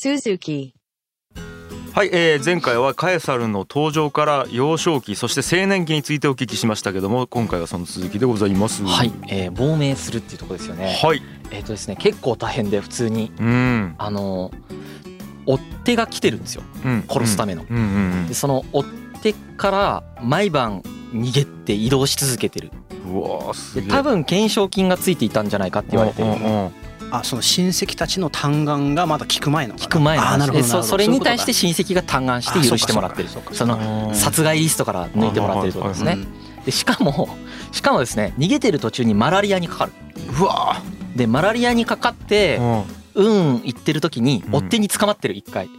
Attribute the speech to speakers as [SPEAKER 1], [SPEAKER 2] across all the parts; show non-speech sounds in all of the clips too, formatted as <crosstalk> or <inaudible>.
[SPEAKER 1] Suzuki,
[SPEAKER 2] はい、えー前回はカエサルの登場から幼少期そして青年期についてお聞きしましたけども今回はその続きでございます
[SPEAKER 3] はい、えー亡命するっていうところですよね。
[SPEAKER 2] はい
[SPEAKER 3] えっ、とですね、結構大変で普通に
[SPEAKER 2] うん
[SPEAKER 3] あの追っ手が来てるんですよ。
[SPEAKER 2] うん
[SPEAKER 3] 殺すための
[SPEAKER 2] うんうん
[SPEAKER 3] で、その追っ手から毎晩逃げて移動し続けてる。
[SPEAKER 2] うんうわーす
[SPEAKER 3] で
[SPEAKER 2] げえ
[SPEAKER 3] 多分懸賞金がついていたんじゃないかって言われてる
[SPEAKER 2] う。んうんうん
[SPEAKER 4] あその親戚たちの嘆願がまだ聞く前の
[SPEAKER 3] 聞く前の
[SPEAKER 4] あーな
[SPEAKER 3] 話
[SPEAKER 4] るほ
[SPEAKER 3] で
[SPEAKER 4] どなるほ
[SPEAKER 3] そ
[SPEAKER 4] ど
[SPEAKER 3] それに対し
[SPEAKER 4] そう
[SPEAKER 3] て親戚が嘆願して許してもらってる
[SPEAKER 4] あそうか
[SPEAKER 3] そ
[SPEAKER 4] そうか
[SPEAKER 3] の殺害リストから抜いてもらってるってことです
[SPEAKER 4] いうことだ
[SPEAKER 3] ね。でしかもしかもですね逃げてる途中にマラリアにかかる。
[SPEAKER 2] うわ
[SPEAKER 3] でマラリアにかかって
[SPEAKER 2] ー
[SPEAKER 3] うん行ってる時に
[SPEAKER 2] うん
[SPEAKER 3] 追っ手に捕まってる一回。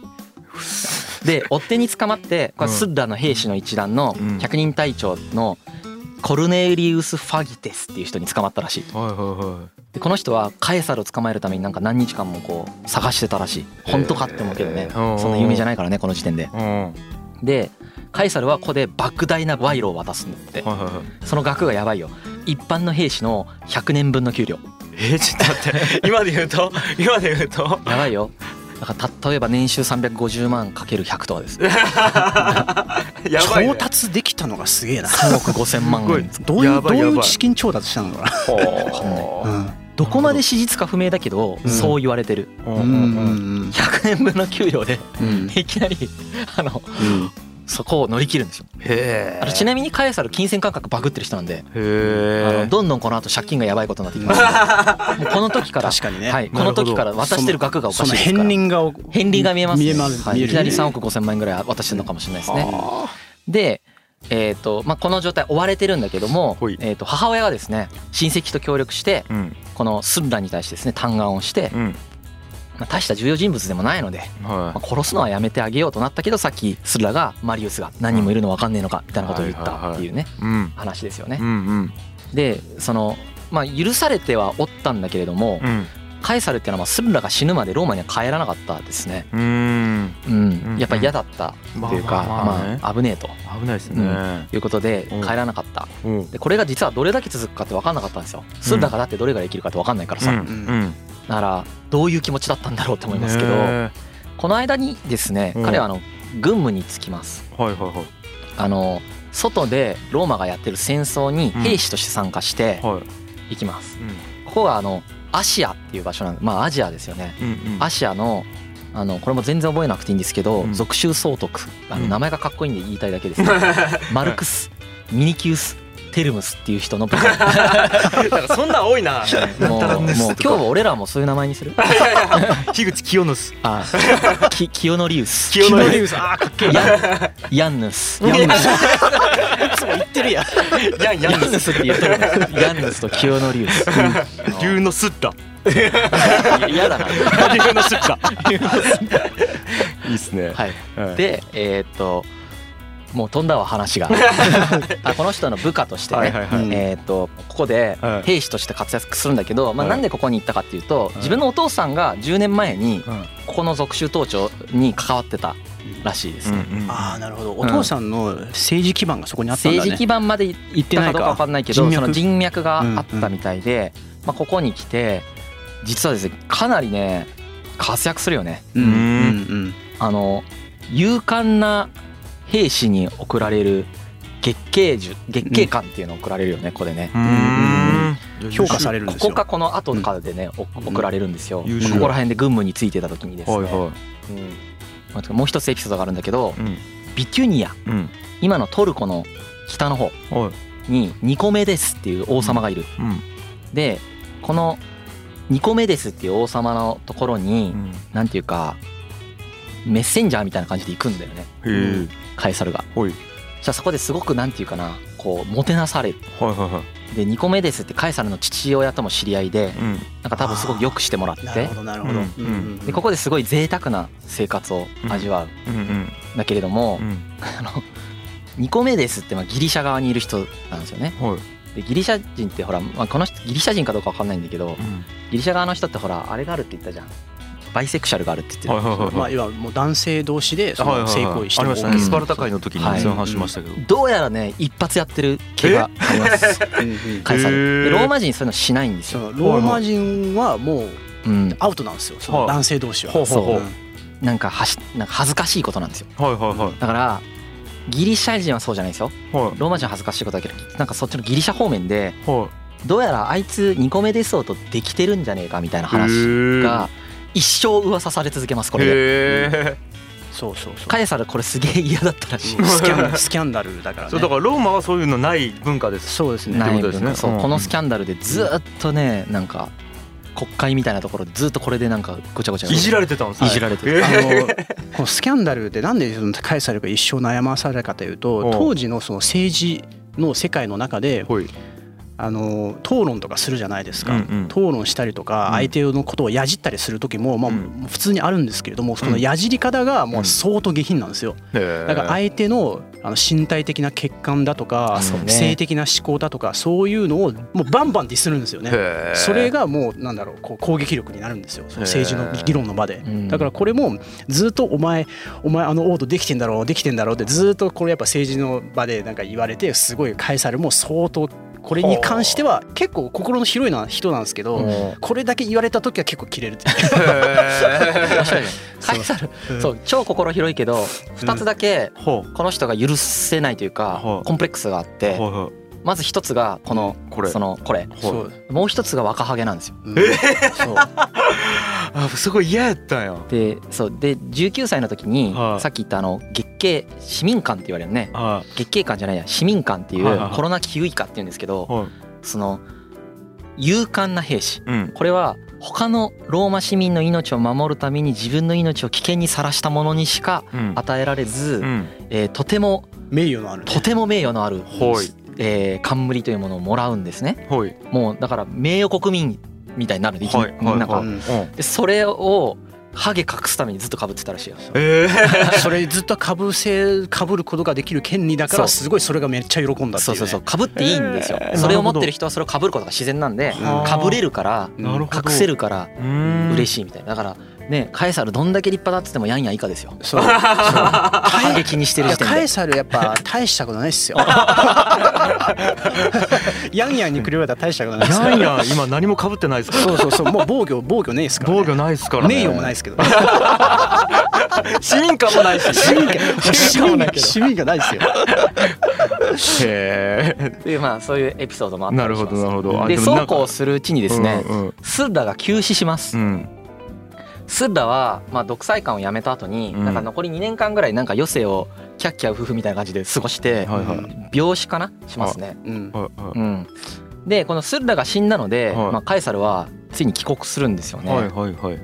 [SPEAKER 3] で追っ手に捕まってこれ
[SPEAKER 2] うん
[SPEAKER 3] スッラの兵士の一団の
[SPEAKER 2] うん
[SPEAKER 3] 百人隊長のコルネリウス・ファギテスっていう人に捕まったらしい
[SPEAKER 2] はいはいはい
[SPEAKER 3] でこの人はカエサルを捕まえるためになんか何日間もこう探してたらしい本当かって思うけどね
[SPEAKER 2] へー
[SPEAKER 3] そんな有名じゃないからねこの時点で
[SPEAKER 2] うんはい
[SPEAKER 3] でカエサルはここで莫大な賄賂を渡すんだって
[SPEAKER 2] はいはい
[SPEAKER 3] その額がやばいよ一般の兵士の100年分の給料
[SPEAKER 2] えー、ちょっと待って <laughs> 今で言うと今で言うと
[SPEAKER 3] やばいよだから例えば年収350万かける100とかです3
[SPEAKER 2] やばい、ね
[SPEAKER 4] 調、達できたのがすげえな
[SPEAKER 3] 億5000万
[SPEAKER 2] すごい
[SPEAKER 3] 円
[SPEAKER 4] どうい
[SPEAKER 2] や
[SPEAKER 4] うど
[SPEAKER 2] ば
[SPEAKER 4] う
[SPEAKER 2] い
[SPEAKER 4] い
[SPEAKER 2] や
[SPEAKER 4] う
[SPEAKER 2] ばい
[SPEAKER 4] 資金調達したのか
[SPEAKER 2] ほ
[SPEAKER 4] な、
[SPEAKER 3] どこまで史実か不明だけど
[SPEAKER 4] うん
[SPEAKER 3] そう言われてる
[SPEAKER 2] う
[SPEAKER 4] うん、うんうん
[SPEAKER 3] 100年分の給料で
[SPEAKER 4] うんうん
[SPEAKER 3] いきなりあの
[SPEAKER 4] うん
[SPEAKER 3] そこを乗り切るんですよ
[SPEAKER 2] へえ
[SPEAKER 3] あのちなみにカエサル金銭感覚バグってる人なんであ
[SPEAKER 2] へ
[SPEAKER 3] の
[SPEAKER 2] え
[SPEAKER 3] どんどんこの後借金がやばいことになってきますもうこの時から
[SPEAKER 4] 確かに <laughs> ね
[SPEAKER 3] はい、この時から渡してる額がおか
[SPEAKER 4] そ
[SPEAKER 3] しい
[SPEAKER 4] の
[SPEAKER 3] です
[SPEAKER 4] 片
[SPEAKER 3] から
[SPEAKER 4] 鱗がお
[SPEAKER 3] 片鱗が見えますね
[SPEAKER 4] 見えます
[SPEAKER 3] はい、
[SPEAKER 4] 見え
[SPEAKER 3] い
[SPEAKER 4] る
[SPEAKER 3] きなり3億5千万円ぐらい渡してるのかもしれないですねでえーとまあ、この状態追われてるんだけども
[SPEAKER 2] ほい、
[SPEAKER 3] えー、と母親がですね親戚と協力して
[SPEAKER 2] うん
[SPEAKER 3] このスッラに対してですね嘆願をして、
[SPEAKER 2] うん
[SPEAKER 3] まあ、大した重要人物でもないので、ま
[SPEAKER 2] は
[SPEAKER 3] あ、殺すのはやめてあげようとなったけどさっきスッラがマリウスが何人もいるの分かんねえのかみたいなことを言ったっていうね
[SPEAKER 2] いうん
[SPEAKER 3] 話ですよ
[SPEAKER 2] う
[SPEAKER 3] ね。
[SPEAKER 2] んうん
[SPEAKER 3] でそのまあ、許されてはおったんだけれども
[SPEAKER 2] うん
[SPEAKER 3] カエサルっていうのはまあスッラが死ぬまでローマには帰らなかったですね。
[SPEAKER 2] うーん
[SPEAKER 3] うん、やっぱり嫌だったというか、
[SPEAKER 2] まあまあまあね
[SPEAKER 3] まあ、危ねえと
[SPEAKER 2] 危ないですね
[SPEAKER 3] いうことで
[SPEAKER 2] うん
[SPEAKER 3] 帰らなかった、
[SPEAKER 2] うんうん
[SPEAKER 3] でこれが実はどれだけ続くかって分かんなかったんですよスッラがだってどれができるかって分かんないからさ、
[SPEAKER 2] うん
[SPEAKER 3] だからどういう気持ちだったんだろうと思いますけど、
[SPEAKER 2] ねえ
[SPEAKER 3] この間にですね
[SPEAKER 2] うん
[SPEAKER 3] 彼はあの軍務に就きます
[SPEAKER 2] はいはいは
[SPEAKER 3] あの外でローマがやってる戦争に兵士として参加して
[SPEAKER 2] いはい
[SPEAKER 3] いきます、
[SPEAKER 2] うん
[SPEAKER 3] ここがあのアシアっていう場所なんでまあアジアですよね
[SPEAKER 2] うんうん
[SPEAKER 3] アシアのあのこれも全然覚えなくていいんですけど、
[SPEAKER 2] うん
[SPEAKER 3] 属州総督あ
[SPEAKER 2] う
[SPEAKER 3] の
[SPEAKER 2] ん
[SPEAKER 3] 名前がかっこいいんで言いたいだけ
[SPEAKER 2] <laughs>
[SPEAKER 3] です、マルクスミニキウステルムスっていう人の部下
[SPEAKER 2] <laughs> なんかそんなん多いな
[SPEAKER 3] もうもう今日は俺らもそういう名前
[SPEAKER 2] <laughs>
[SPEAKER 3] にする
[SPEAKER 2] 樋口清之助
[SPEAKER 3] あきキヨノリウス
[SPEAKER 2] 清
[SPEAKER 4] ノ
[SPEAKER 2] 之助
[SPEAKER 4] リウスあーかっけえ
[SPEAKER 3] ヤンヤンヌスヤンヌスいつも言ってるやん
[SPEAKER 2] ヤン
[SPEAKER 3] ヤンヌスって言ってるのヤンヌスとキヨノリウス
[SPEAKER 2] 龍之すった <laughs>
[SPEAKER 3] 嫌だな
[SPEAKER 2] 龍之すったいいっすね
[SPEAKER 3] はい
[SPEAKER 2] はい
[SPEAKER 3] でえーっともう飛んだわ
[SPEAKER 2] <laughs>
[SPEAKER 3] 話があこの人の部下としてね、
[SPEAKER 2] はいはいはい
[SPEAKER 4] うん
[SPEAKER 3] えーっとここで
[SPEAKER 2] はい
[SPEAKER 3] 兵士として活躍するんだけど、ま
[SPEAKER 2] は
[SPEAKER 3] あ、
[SPEAKER 2] い
[SPEAKER 3] なんでここに行ったかっていうと、自分のお父さんが10年前に
[SPEAKER 2] うん
[SPEAKER 3] ここの属州盗庁に関わってたらしいです、ね
[SPEAKER 2] うんうん
[SPEAKER 4] ああなるほどお父さんの政治基盤がそこにあったんだ
[SPEAKER 3] 政
[SPEAKER 4] ね
[SPEAKER 3] 治基盤まで行ったかどうか分かんないけど
[SPEAKER 4] 行ってな
[SPEAKER 3] そ
[SPEAKER 4] いか
[SPEAKER 3] の人脈があったみたいで、まあ、ここに来て実はですねかなりね活躍するよね。
[SPEAKER 4] うんうん
[SPEAKER 3] あの勇敢な兵士に贈られる月桂樹月桂冠っていうのを贈られるよね、ここでね
[SPEAKER 2] う。ーん
[SPEAKER 4] 評価されるん
[SPEAKER 3] こ
[SPEAKER 4] です
[SPEAKER 3] こ
[SPEAKER 4] よ
[SPEAKER 3] かこの後かでね、お贈られるんですよ。こ
[SPEAKER 2] 優秀
[SPEAKER 3] こら辺で軍務についてた時にですね。
[SPEAKER 2] はいは
[SPEAKER 3] うんまあもう一つエピソードがあるんだけど
[SPEAKER 2] い、うん
[SPEAKER 3] ビキュニア
[SPEAKER 2] うん
[SPEAKER 3] 今のトルコの北の方
[SPEAKER 2] はい
[SPEAKER 3] にニコメデスっていう王様がいる。
[SPEAKER 2] うん
[SPEAKER 3] でこのニコメデスっていう王様のところに、
[SPEAKER 2] うん
[SPEAKER 3] なんていうかメッセンジャーみたいな感じで行くんだよね
[SPEAKER 2] へえ
[SPEAKER 3] カエサルが。
[SPEAKER 2] ほい
[SPEAKER 3] じゃあそこですごくなんていうかなこうもてなされる
[SPEAKER 2] はいはいはい
[SPEAKER 3] でニコメデスってカエサルの父親とも知り合いで
[SPEAKER 2] うん
[SPEAKER 3] なんか多分すごくよくしてもらっ
[SPEAKER 4] なる
[SPEAKER 3] て
[SPEAKER 4] ほどなるほ
[SPEAKER 2] うん
[SPEAKER 4] どうんうん
[SPEAKER 3] でここですごい贅沢な生活を味わう
[SPEAKER 2] うん
[SPEAKER 3] んだけれども、
[SPEAKER 2] うんうん
[SPEAKER 3] あのニコメデスってまあギリシャ側にいる人なんですよね
[SPEAKER 2] はい
[SPEAKER 3] でギリシャ人ってほら、まあ、この人ギリシャ人かどうか分かんないんだけど
[SPEAKER 2] うん
[SPEAKER 3] ギリシャ側の人ってほらあれがあるって言ったじゃんバイセクシャルがあるって言ってる、
[SPEAKER 2] はいはいはい
[SPEAKER 4] まあいわばもう男性同士でそ
[SPEAKER 2] はいはいは
[SPEAKER 4] の
[SPEAKER 2] い
[SPEAKER 4] 性行為して
[SPEAKER 2] ありましたね
[SPEAKER 3] うん
[SPEAKER 2] スパルタ界の時に
[SPEAKER 3] はい
[SPEAKER 2] そういう話しましたけど
[SPEAKER 3] どうやらね一発やってる気があります
[SPEAKER 4] うんうん
[SPEAKER 3] カエサルで
[SPEAKER 2] へー
[SPEAKER 3] ローマ人そういうのしないんです
[SPEAKER 4] そ
[SPEAKER 3] よ、
[SPEAKER 4] のローマ人はも
[SPEAKER 3] う
[SPEAKER 4] う
[SPEAKER 3] ん、
[SPEAKER 4] アウトなんですよその男性同士は
[SPEAKER 2] ほうほうほう
[SPEAKER 4] うん
[SPEAKER 3] なんかはしなんか恥ずかしいことなんですよ
[SPEAKER 2] はいは
[SPEAKER 3] だからギリシャ人はそうじゃないですよ
[SPEAKER 2] いはい
[SPEAKER 3] ローマ人は恥ずかしいことだけどなんかそっちのギリシャ方面で
[SPEAKER 2] は
[SPEAKER 3] どうやらあいつ2個目出そうとできてるんじゃねえかみたいない話
[SPEAKER 2] へえ
[SPEAKER 3] が一生噂され続けますこれで
[SPEAKER 2] へえ
[SPEAKER 4] そうそうそう
[SPEAKER 3] カエサルこれすげえ嫌だったらしい
[SPEAKER 4] うんスキャンスキャンダルだからね
[SPEAKER 2] そうだからローマはそういうのない文化です
[SPEAKER 4] そうですね
[SPEAKER 2] な
[SPEAKER 3] ないい
[SPEAKER 2] ってことですね
[SPEAKER 3] 文化そううんこのスキャンダルでずーっとねなんか国会みたいなところでずーっとこれでなんかごちゃごちゃ
[SPEAKER 2] いじられてたんですね
[SPEAKER 3] いじられて
[SPEAKER 2] へ
[SPEAKER 3] る
[SPEAKER 2] え
[SPEAKER 4] あのこのスキャンダルでなんでそのカエサルが一生悩まされるかという
[SPEAKER 2] うん
[SPEAKER 4] と当時のその政治の世界の中で
[SPEAKER 2] ほい
[SPEAKER 4] あの討論とかするじゃないですか、
[SPEAKER 2] うんうん
[SPEAKER 4] 討論したりとか
[SPEAKER 2] うん
[SPEAKER 4] 相手のことをやじったりする時も、まあ
[SPEAKER 2] うん
[SPEAKER 4] 普通にあるんですけれどもそのやじり方がもう相当下品なんですよ、だ
[SPEAKER 2] だ
[SPEAKER 4] から相手のあの身体的な欠陥だとか、
[SPEAKER 3] そうね
[SPEAKER 4] 性的な思考だとかそういうのをもうバンバンディスるんですよね。それがもうなんだろうこう攻撃力になるんですよその政治の議論の場で
[SPEAKER 3] うん
[SPEAKER 4] だからこれもずっとお前お前あのオードできてんだろうできてんだろうってずっとこれやっぱ政治の場でなんか言われてすごいカエサルも相当これに関しては結構心の広いな人なんですけど
[SPEAKER 3] も
[SPEAKER 4] これだけ言われた時は結構キレるっていう
[SPEAKER 3] う面白いねカ
[SPEAKER 4] <laughs>
[SPEAKER 3] エサル
[SPEAKER 4] うん
[SPEAKER 3] そう超心広いけど2つだけ
[SPEAKER 2] ほう
[SPEAKER 3] この人が許せないという
[SPEAKER 2] は
[SPEAKER 3] か
[SPEAKER 2] い
[SPEAKER 3] コンプレックスがあって
[SPEAKER 2] はいはい
[SPEAKER 3] まず1つがこの
[SPEAKER 2] これ
[SPEAKER 3] そのこれ
[SPEAKER 4] そ
[SPEAKER 2] ほいう
[SPEAKER 3] もう1つが若ハゲなんですよ
[SPEAKER 4] うんそう
[SPEAKER 2] あすごい嫌やったんや
[SPEAKER 3] でそうで19歳の時に
[SPEAKER 2] はい
[SPEAKER 3] さっき言ったあの月経市民館って言われるね
[SPEAKER 2] は
[SPEAKER 3] 月経館じゃないや市民館ってい
[SPEAKER 2] はいはいは
[SPEAKER 3] う
[SPEAKER 2] い
[SPEAKER 3] コロナ危機ウイカっていうんですけど
[SPEAKER 2] いはい
[SPEAKER 3] その勇敢な兵士
[SPEAKER 2] うん
[SPEAKER 3] これは他のローマ市民の命を守るために自分の命を危険にさらしたものにしか
[SPEAKER 2] うん
[SPEAKER 3] 与えられず、
[SPEAKER 2] うん
[SPEAKER 3] えーとても
[SPEAKER 4] 名誉のあるね
[SPEAKER 3] とても名誉のある、
[SPEAKER 2] ほい
[SPEAKER 3] えー冠というものをもらうんですね
[SPEAKER 2] ほい
[SPEAKER 3] もうだから名誉国民みたいになるんでいき
[SPEAKER 2] はいはい
[SPEAKER 3] なんか
[SPEAKER 2] は
[SPEAKER 4] う
[SPEAKER 2] い
[SPEAKER 4] ん
[SPEAKER 2] うん
[SPEAKER 3] でそれをハゲ隠すためにずっとかぶってたらしいよ
[SPEAKER 2] ええ
[SPEAKER 4] <laughs> それずっとかぶせかぶることができる権利だか
[SPEAKER 3] そう
[SPEAKER 4] らすごいそれがめっちゃ喜んだって
[SPEAKER 3] そ
[SPEAKER 4] いうう
[SPEAKER 3] そうそう
[SPEAKER 4] ね
[SPEAKER 3] かぶっていいんですよ
[SPEAKER 2] へー
[SPEAKER 3] それを持ってる人はそれをかぶることが自然なんで
[SPEAKER 4] はあ
[SPEAKER 3] かぶれるから
[SPEAKER 4] うん
[SPEAKER 2] なるほど
[SPEAKER 3] 隠せるから嬉
[SPEAKER 2] しい
[SPEAKER 3] しいみたいなだからねカエサルどんだけ立派だっつってもやんやん以下ですよ
[SPEAKER 4] そう
[SPEAKER 3] ハゲ気にしてる
[SPEAKER 4] いや
[SPEAKER 3] 時点
[SPEAKER 4] カエ
[SPEAKER 3] で
[SPEAKER 4] サルやっ <laughs> ぱ大したことないっすよ。ヤンヤンに比べたら大したことないっすよ。
[SPEAKER 2] やんや今何も被ってないですから
[SPEAKER 4] そうそうそうもう防御防御ねえっすから、ね。
[SPEAKER 2] 防御ないですからね
[SPEAKER 4] 名誉もないっすけど、ね。
[SPEAKER 2] 市民感もないし
[SPEAKER 4] 市民権市民権市民権ないっすよ。
[SPEAKER 2] へえ
[SPEAKER 3] でまあそういうエピソードもあった
[SPEAKER 2] な
[SPEAKER 3] り
[SPEAKER 2] るほ
[SPEAKER 3] します
[SPEAKER 2] どなるほどあ
[SPEAKER 3] で
[SPEAKER 2] もな
[SPEAKER 3] そ
[SPEAKER 2] ん
[SPEAKER 3] う
[SPEAKER 2] か
[SPEAKER 3] こうするうちにですね、
[SPEAKER 2] うん
[SPEAKER 3] スッラが急死します、
[SPEAKER 2] うん
[SPEAKER 3] スッラは、まあ、独裁官を辞めた後に、
[SPEAKER 2] うん
[SPEAKER 3] なんか残り2年間ぐらいなんか余生をキャッキャウフフみたいな感じで過ごし
[SPEAKER 2] は
[SPEAKER 3] て、
[SPEAKER 2] いはい
[SPEAKER 3] 病死かなしますね、
[SPEAKER 4] うん。
[SPEAKER 2] はいは
[SPEAKER 3] うん、でこのスッラが死んだので、
[SPEAKER 2] はい
[SPEAKER 3] まあ、カエサルはついに帰国するんですよ
[SPEAKER 2] い
[SPEAKER 3] ね、
[SPEAKER 2] はいはいはい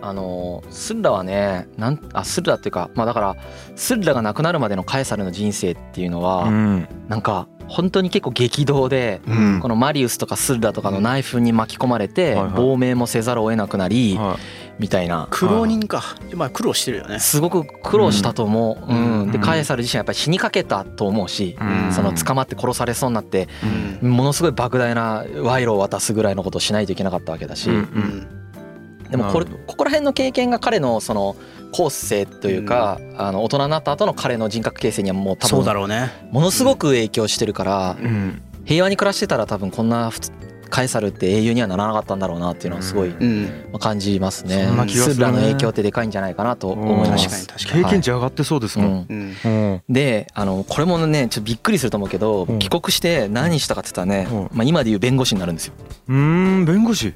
[SPEAKER 3] あのースッラはねなんあスッラっていうかまあだからスッラが亡くなるまでのカエサルの人生っていうのは、
[SPEAKER 2] うん
[SPEAKER 3] なんか本当に結構激動で、
[SPEAKER 2] うん
[SPEAKER 3] このマリウスとかスッラとかのナイフに巻き込まれて
[SPEAKER 2] はいはい
[SPEAKER 3] 亡命もせざるを得なくなり
[SPEAKER 2] は
[SPEAKER 3] みたいな
[SPEAKER 4] 苦労人か。まあ苦労してるよね。
[SPEAKER 3] すごく苦労したと思う、
[SPEAKER 4] うん
[SPEAKER 3] うんでカエサル自身はやっぱり死にかけたと思うし、
[SPEAKER 2] うん
[SPEAKER 3] その捕まって殺されそうになって
[SPEAKER 2] い
[SPEAKER 4] うん。
[SPEAKER 3] ものすごい莫大な賄賂を渡すぐらいのことをしないといけなかったわけだし、
[SPEAKER 2] うん
[SPEAKER 4] う
[SPEAKER 2] うん
[SPEAKER 4] ん。
[SPEAKER 3] でもこれ
[SPEAKER 2] なるほ
[SPEAKER 3] ここら辺の経験が彼のその後世というか、あの大人になった後の彼の人格形成にはもう多
[SPEAKER 4] そうだ
[SPEAKER 3] 分
[SPEAKER 4] ろうね。
[SPEAKER 3] ものすごく影響してるから、
[SPEAKER 2] うん
[SPEAKER 3] 平和に暮らしてたら多分こんな普通カエサルって英雄にはならなかったんだろうなっていうのはすごい
[SPEAKER 2] うん
[SPEAKER 4] うん。
[SPEAKER 3] まあ感じますね。
[SPEAKER 2] そんな気がするね
[SPEAKER 3] スッラの影響ってでかいんじゃないかなと思いま
[SPEAKER 4] 確かに
[SPEAKER 3] す。
[SPEAKER 4] 確か
[SPEAKER 2] 経
[SPEAKER 4] に。
[SPEAKER 2] 験値上がってそうです
[SPEAKER 3] う
[SPEAKER 2] もん
[SPEAKER 3] ん、
[SPEAKER 4] うん。
[SPEAKER 2] うん
[SPEAKER 3] であのこれもねちょっとびっくりすると思うけど、
[SPEAKER 2] うん
[SPEAKER 3] 帰国して何したかって言ったらね、
[SPEAKER 2] うん
[SPEAKER 3] まあ、今でいう弁護士になるんですよ。
[SPEAKER 2] うーん弁護士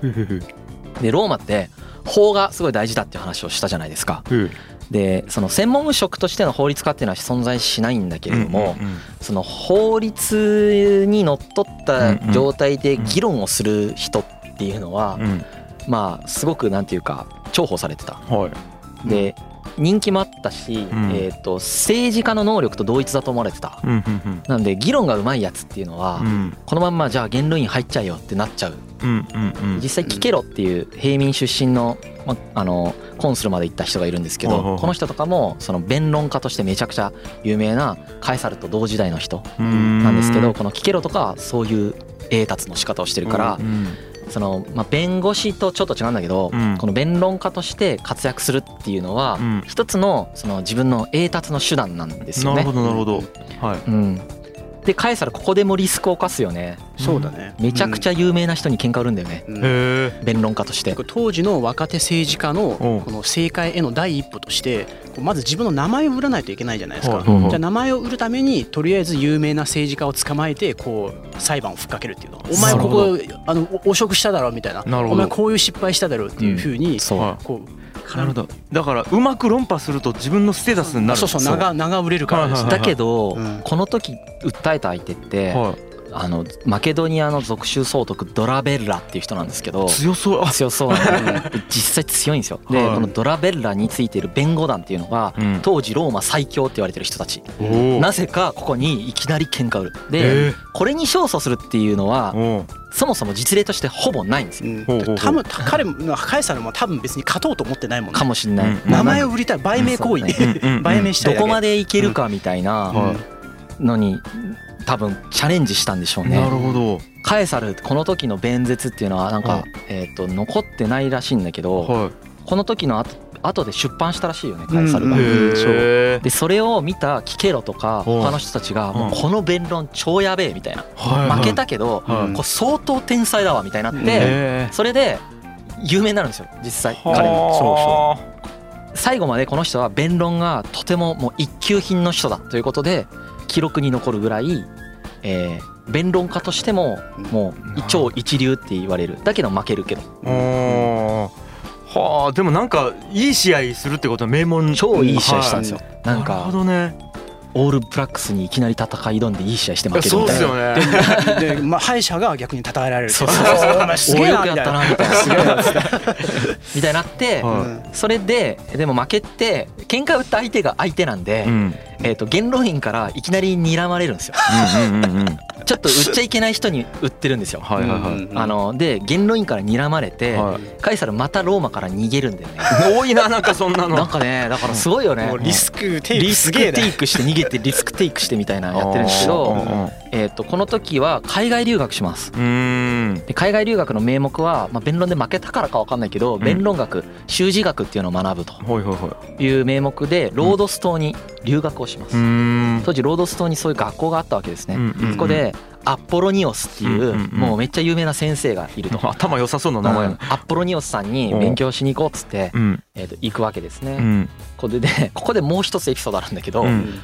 [SPEAKER 2] ふふふ
[SPEAKER 3] でローマって法がすごい大事だっていう話をしたじゃないですか。
[SPEAKER 2] ふ
[SPEAKER 3] でその専門職としての法律家っていうのは存在しないんだけれども、
[SPEAKER 2] うんうんうん
[SPEAKER 3] その法律にのっとった状態で議論をする人っていうのは、
[SPEAKER 2] うん
[SPEAKER 3] まあすごくなんていうか重宝されてた
[SPEAKER 2] はい
[SPEAKER 3] で人気もあった
[SPEAKER 2] ん
[SPEAKER 3] し、えー、と政治家の能力と同一だと思われてた
[SPEAKER 2] うんうんうん
[SPEAKER 3] なんで議論がうまいやつっていうのは、
[SPEAKER 2] うん
[SPEAKER 3] このまんまじゃあ元論院入っちゃえよってなっちゃう
[SPEAKER 2] うんうんうん
[SPEAKER 3] 実際聞けろっていう平民出身の,、ま、あのコンスルまで行った人がいるんですけ
[SPEAKER 2] ほうほう
[SPEAKER 3] どこの人とかもその弁論家としてめちゃくちゃ有名なカエサルと同時代の人
[SPEAKER 2] うー
[SPEAKER 3] なんですけどこの聞けろとかそういう英達の仕方をしてるから、
[SPEAKER 2] うん
[SPEAKER 3] そのまあ、弁護士とちょっと違うんだけど、
[SPEAKER 2] うん
[SPEAKER 3] この弁論家として活躍するっていうのは、
[SPEAKER 2] うん
[SPEAKER 3] 一つのその自分の栄達の手段なんですよ
[SPEAKER 2] なるほ
[SPEAKER 3] ね。
[SPEAKER 2] どなるほどはい
[SPEAKER 3] うん、でカエサルここでもリスクを犯すよね
[SPEAKER 4] そうだね
[SPEAKER 3] めちゃくちゃ有名な人に喧嘩売るんだよね
[SPEAKER 4] うんう
[SPEAKER 2] へ
[SPEAKER 4] ん
[SPEAKER 2] え
[SPEAKER 3] 弁論家として
[SPEAKER 4] 当時の若手政治家の
[SPEAKER 2] うん
[SPEAKER 4] この政界への第一歩としてこうまず自分の名前を売らないといけないじゃないです
[SPEAKER 2] は
[SPEAKER 4] か
[SPEAKER 2] い
[SPEAKER 4] じ
[SPEAKER 2] はいはい
[SPEAKER 4] ゃあ名前を売るためにとりあえず有名な政治家を捕まえてこう裁判をふっかけるっていうのお前ここあのお汚職しただろみたいな
[SPEAKER 2] なるほど
[SPEAKER 4] お前こういう失敗しただろっていうふうに
[SPEAKER 3] そう
[SPEAKER 4] こう
[SPEAKER 2] なるほどだからうまく論破すると自分のステータスになる
[SPEAKER 4] そうそう名が名が売れるからで
[SPEAKER 2] は
[SPEAKER 4] す
[SPEAKER 2] い
[SPEAKER 4] ね
[SPEAKER 3] だけど
[SPEAKER 4] うん
[SPEAKER 3] この時訴えた相手って
[SPEAKER 2] はい
[SPEAKER 3] あのマケドニアの属州総督ドラベッラっていう人なんですけど
[SPEAKER 2] 強そうあ
[SPEAKER 3] 強そうなん
[SPEAKER 2] <laughs>
[SPEAKER 3] で実際強いんですよで
[SPEAKER 2] はい
[SPEAKER 3] このドラベッラについている弁護団っていうのが
[SPEAKER 2] うん
[SPEAKER 3] 当時ローマ最強って言われてる人たち
[SPEAKER 2] おー
[SPEAKER 3] なぜかここにいきなり喧嘩売るで
[SPEAKER 2] え
[SPEAKER 3] これに勝訴するっていうの
[SPEAKER 2] ー
[SPEAKER 3] は
[SPEAKER 2] お
[SPEAKER 3] そもそも実例としてほぼないんです
[SPEAKER 4] う
[SPEAKER 3] よ
[SPEAKER 4] ん
[SPEAKER 2] ほうほうほう
[SPEAKER 4] 多分彼もカエサルも多分別に勝とうと思ってないもんね
[SPEAKER 3] かもしれない
[SPEAKER 2] うん
[SPEAKER 4] 名前を売りたい売名行為
[SPEAKER 3] うんそう
[SPEAKER 2] ねうんうん
[SPEAKER 4] 売名した
[SPEAKER 3] ど
[SPEAKER 4] いだけ
[SPEAKER 3] こまでいけるかみたい
[SPEAKER 4] うん
[SPEAKER 3] なのに多分チャレンジしたんでしょう
[SPEAKER 2] なる
[SPEAKER 3] ね
[SPEAKER 2] ほど
[SPEAKER 3] カエサルこの時の弁舌っていうのはなん
[SPEAKER 2] は
[SPEAKER 3] かえーと残ってないらしいんだけど
[SPEAKER 2] は
[SPEAKER 3] この時のあと後で出版したらしいよねカエサル
[SPEAKER 2] い
[SPEAKER 3] が
[SPEAKER 4] うんうん
[SPEAKER 2] へえ
[SPEAKER 3] でそれを見たキケロとか
[SPEAKER 2] うん
[SPEAKER 3] 他の人たちがもう
[SPEAKER 2] うん
[SPEAKER 3] この弁論超やべえみたいな負
[SPEAKER 2] 負
[SPEAKER 3] けたけど
[SPEAKER 2] はい
[SPEAKER 3] これ相当天才だわみたいになっ
[SPEAKER 4] うん
[SPEAKER 3] て
[SPEAKER 2] へえ
[SPEAKER 3] それで有名になるんですよ実際
[SPEAKER 2] はあ
[SPEAKER 3] 彼も最後までこの人は弁論がとてももう一級品の人だということで記録に残るぐらい、えー弁論家としてももう超一流って言われるだけど負けるけど
[SPEAKER 2] おーはあでもなんかいい試合するってことは名門
[SPEAKER 3] 超いい試合したんですよ、
[SPEAKER 2] はい
[SPEAKER 3] なん
[SPEAKER 2] なるほ
[SPEAKER 3] か
[SPEAKER 2] どね
[SPEAKER 3] オールブラックスにいきなり戦い挑んでいい試合して負ける
[SPEAKER 2] そう
[SPEAKER 3] み
[SPEAKER 2] で
[SPEAKER 3] たい
[SPEAKER 2] す
[SPEAKER 3] な
[SPEAKER 2] よね
[SPEAKER 4] で、まあ、敗者が逆に称えられる
[SPEAKER 3] そう
[SPEAKER 4] そうお前すげ
[SPEAKER 3] お
[SPEAKER 4] え
[SPEAKER 3] よ
[SPEAKER 4] な
[SPEAKER 3] くや
[SPEAKER 4] み
[SPEAKER 3] った
[SPEAKER 4] い
[SPEAKER 3] た
[SPEAKER 4] な
[SPEAKER 3] なみたいな
[SPEAKER 4] すげえな
[SPEAKER 3] みたいになって
[SPEAKER 2] は
[SPEAKER 3] それででも負けて喧嘩打った相手が相手なんで、
[SPEAKER 2] うん
[SPEAKER 3] えー、と言論員からいきなり睨まれるんですよ
[SPEAKER 2] うんうんうんうん
[SPEAKER 3] ちょっと売っちゃいけない人に売ってるんですよ
[SPEAKER 2] はいはいはい
[SPEAKER 3] あので言論員から睨まれて、
[SPEAKER 2] はい
[SPEAKER 3] カイサルまたローマから逃げるんだよね
[SPEAKER 2] 多いななんかそ <laughs> んなの
[SPEAKER 3] なんかねだからすごいよね
[SPEAKER 4] もうリスクテイ
[SPEAKER 3] リ
[SPEAKER 4] ク
[SPEAKER 3] ス
[SPEAKER 4] す
[SPEAKER 3] ク
[SPEAKER 4] げえな
[SPEAKER 3] テイクして逃げてリスクテイクしてみたいなのやってるんで
[SPEAKER 2] う
[SPEAKER 3] すけ
[SPEAKER 2] ん
[SPEAKER 3] ど、えー、とこの時は海外留学します
[SPEAKER 2] うんうん
[SPEAKER 3] で海外留学の名目は、まあ、弁論で負けたからか分かんないけど
[SPEAKER 2] ん
[SPEAKER 3] 弁論学修辞学っていうのを学ぶと
[SPEAKER 2] ほいほいほい
[SPEAKER 3] いう名目でロードス島に留学をしま
[SPEAKER 2] う
[SPEAKER 3] す
[SPEAKER 2] ん
[SPEAKER 3] 当時ロードス島にそういう学校があったわけですね、
[SPEAKER 2] うんうんうん
[SPEAKER 3] そこでアッポロニオスっていう、
[SPEAKER 2] うんうんうん
[SPEAKER 3] もうめっちゃ有名な先生がいると、
[SPEAKER 2] 頭良さそうな名前
[SPEAKER 3] うんアッポロニオスさんに勉強しに行こうっつって、
[SPEAKER 2] うん
[SPEAKER 3] えー、と行くわけですね、
[SPEAKER 2] うん
[SPEAKER 3] これでね <laughs> ここでもう一つエピソードあるんだけど、
[SPEAKER 2] うん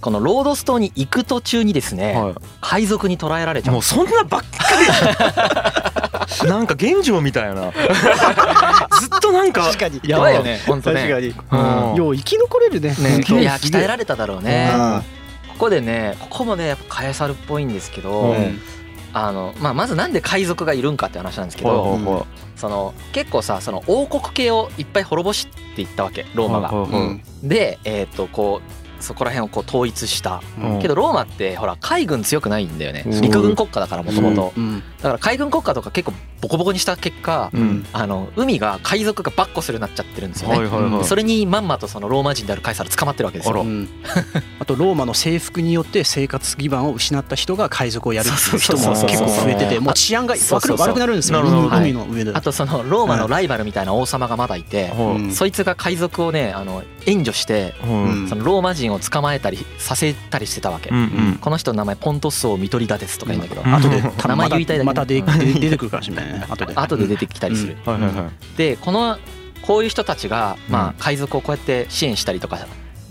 [SPEAKER 3] このロードス島に行く途中にですね、
[SPEAKER 2] は
[SPEAKER 3] 海賊に捕らえられち
[SPEAKER 2] い
[SPEAKER 3] ゃう
[SPEAKER 2] もうそんなばっかりなんか現状みたいなずっとなんか
[SPEAKER 4] 確かに
[SPEAKER 3] やばいよね <laughs> 本当
[SPEAKER 4] 確
[SPEAKER 3] ね
[SPEAKER 4] かに
[SPEAKER 2] うん
[SPEAKER 4] よう生き残れるね
[SPEAKER 3] ねいや鍛え
[SPEAKER 4] れ
[SPEAKER 3] られただろうね、ここでねここもねやっぱカエサルっぽいんですけど、
[SPEAKER 2] うん
[SPEAKER 3] あのまあ、まずなんで海賊がいるんかって話なんですけど、
[SPEAKER 2] ほいほいほい
[SPEAKER 3] その結構さその王国系をいっぱい滅ぼしていったわけローマが。
[SPEAKER 2] ほいほいほい
[SPEAKER 3] で、えー、とこうそこら辺をこう統一した
[SPEAKER 2] うん
[SPEAKER 3] けどローマってほら海軍強くないんだよね
[SPEAKER 2] うん
[SPEAKER 3] 陸軍国家だからもともと
[SPEAKER 4] うん
[SPEAKER 3] だから海軍国家とか結構ボコボコにした結果
[SPEAKER 2] うん
[SPEAKER 3] あの海が海賊がばっこするようになっちゃってるんですよ
[SPEAKER 2] はい
[SPEAKER 3] ね。
[SPEAKER 2] はいはい
[SPEAKER 4] うん
[SPEAKER 3] それにまんまとそのローマ人であるカエサル捕まってるわけですよ。
[SPEAKER 2] あら
[SPEAKER 4] うん <laughs> あとローマの征服によって生活基盤を失った人が海賊をやるっていう人も
[SPEAKER 2] そうそうそう
[SPEAKER 4] 結
[SPEAKER 2] そう
[SPEAKER 4] 構増えててもう治安が悪く悪くなるんですよ
[SPEAKER 2] なるほど
[SPEAKER 4] 海海の上で
[SPEAKER 3] あとそのローマのライバルみたいな王様がまだいて、
[SPEAKER 2] ほい
[SPEAKER 4] うん
[SPEAKER 3] そいつが海賊をねあの援助して
[SPEAKER 2] ほい
[SPEAKER 4] うん
[SPEAKER 3] そのローマ人を捕まえたりさせたりしてたわけ、
[SPEAKER 2] うんうん
[SPEAKER 3] この人の名前ポントスオ・ミトリダテスとか言うんだけど、
[SPEAKER 2] うん
[SPEAKER 4] 後で
[SPEAKER 3] 名前
[SPEAKER 4] また
[SPEAKER 3] 言いたいだけ
[SPEAKER 4] また出出出てくるかもしれないね後で
[SPEAKER 3] 後で出てきたりする、
[SPEAKER 2] はいはいはい
[SPEAKER 3] でこのこういう人たちが、ま
[SPEAKER 2] うん
[SPEAKER 3] あ、海賊をこうやって支援したりとか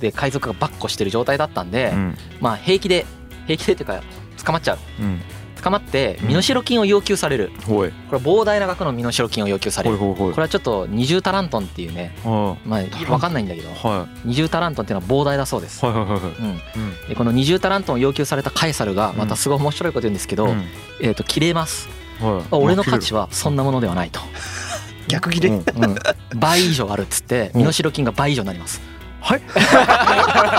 [SPEAKER 3] で海賊がばっこしてる状態だったんで、
[SPEAKER 2] うん
[SPEAKER 3] まあ、平気で平気でっていうか捕まっちゃう
[SPEAKER 2] うん
[SPEAKER 3] 捕まって
[SPEAKER 2] うん
[SPEAKER 3] 身代金を要求される
[SPEAKER 2] ほい
[SPEAKER 3] これ膨大な額の身代金を要求され
[SPEAKER 2] ほい
[SPEAKER 3] る
[SPEAKER 2] ほ
[SPEAKER 3] こ
[SPEAKER 2] いほい
[SPEAKER 3] れはちょっと二重タラントンっていうね
[SPEAKER 2] は
[SPEAKER 3] まあ
[SPEAKER 2] ラン
[SPEAKER 3] 分かんないんだけど
[SPEAKER 2] いはい
[SPEAKER 3] 二重タラントンっていうのは膨大だそうです、
[SPEAKER 2] はいはいはいはい
[SPEAKER 3] うん、
[SPEAKER 2] うん
[SPEAKER 3] でこの二重タラントンを要求されたカエサルがまたすごい面白いこと言うんですけど、
[SPEAKER 2] うん
[SPEAKER 3] えー、と切れます
[SPEAKER 2] はい
[SPEAKER 3] あ俺の価値はそんなものではないと、
[SPEAKER 4] 逆切
[SPEAKER 2] う
[SPEAKER 4] れ
[SPEAKER 2] ん
[SPEAKER 3] うん、倍以上あるっつって
[SPEAKER 2] うん
[SPEAKER 3] 身代金が倍以上になります
[SPEAKER 2] はい
[SPEAKER 3] <laughs>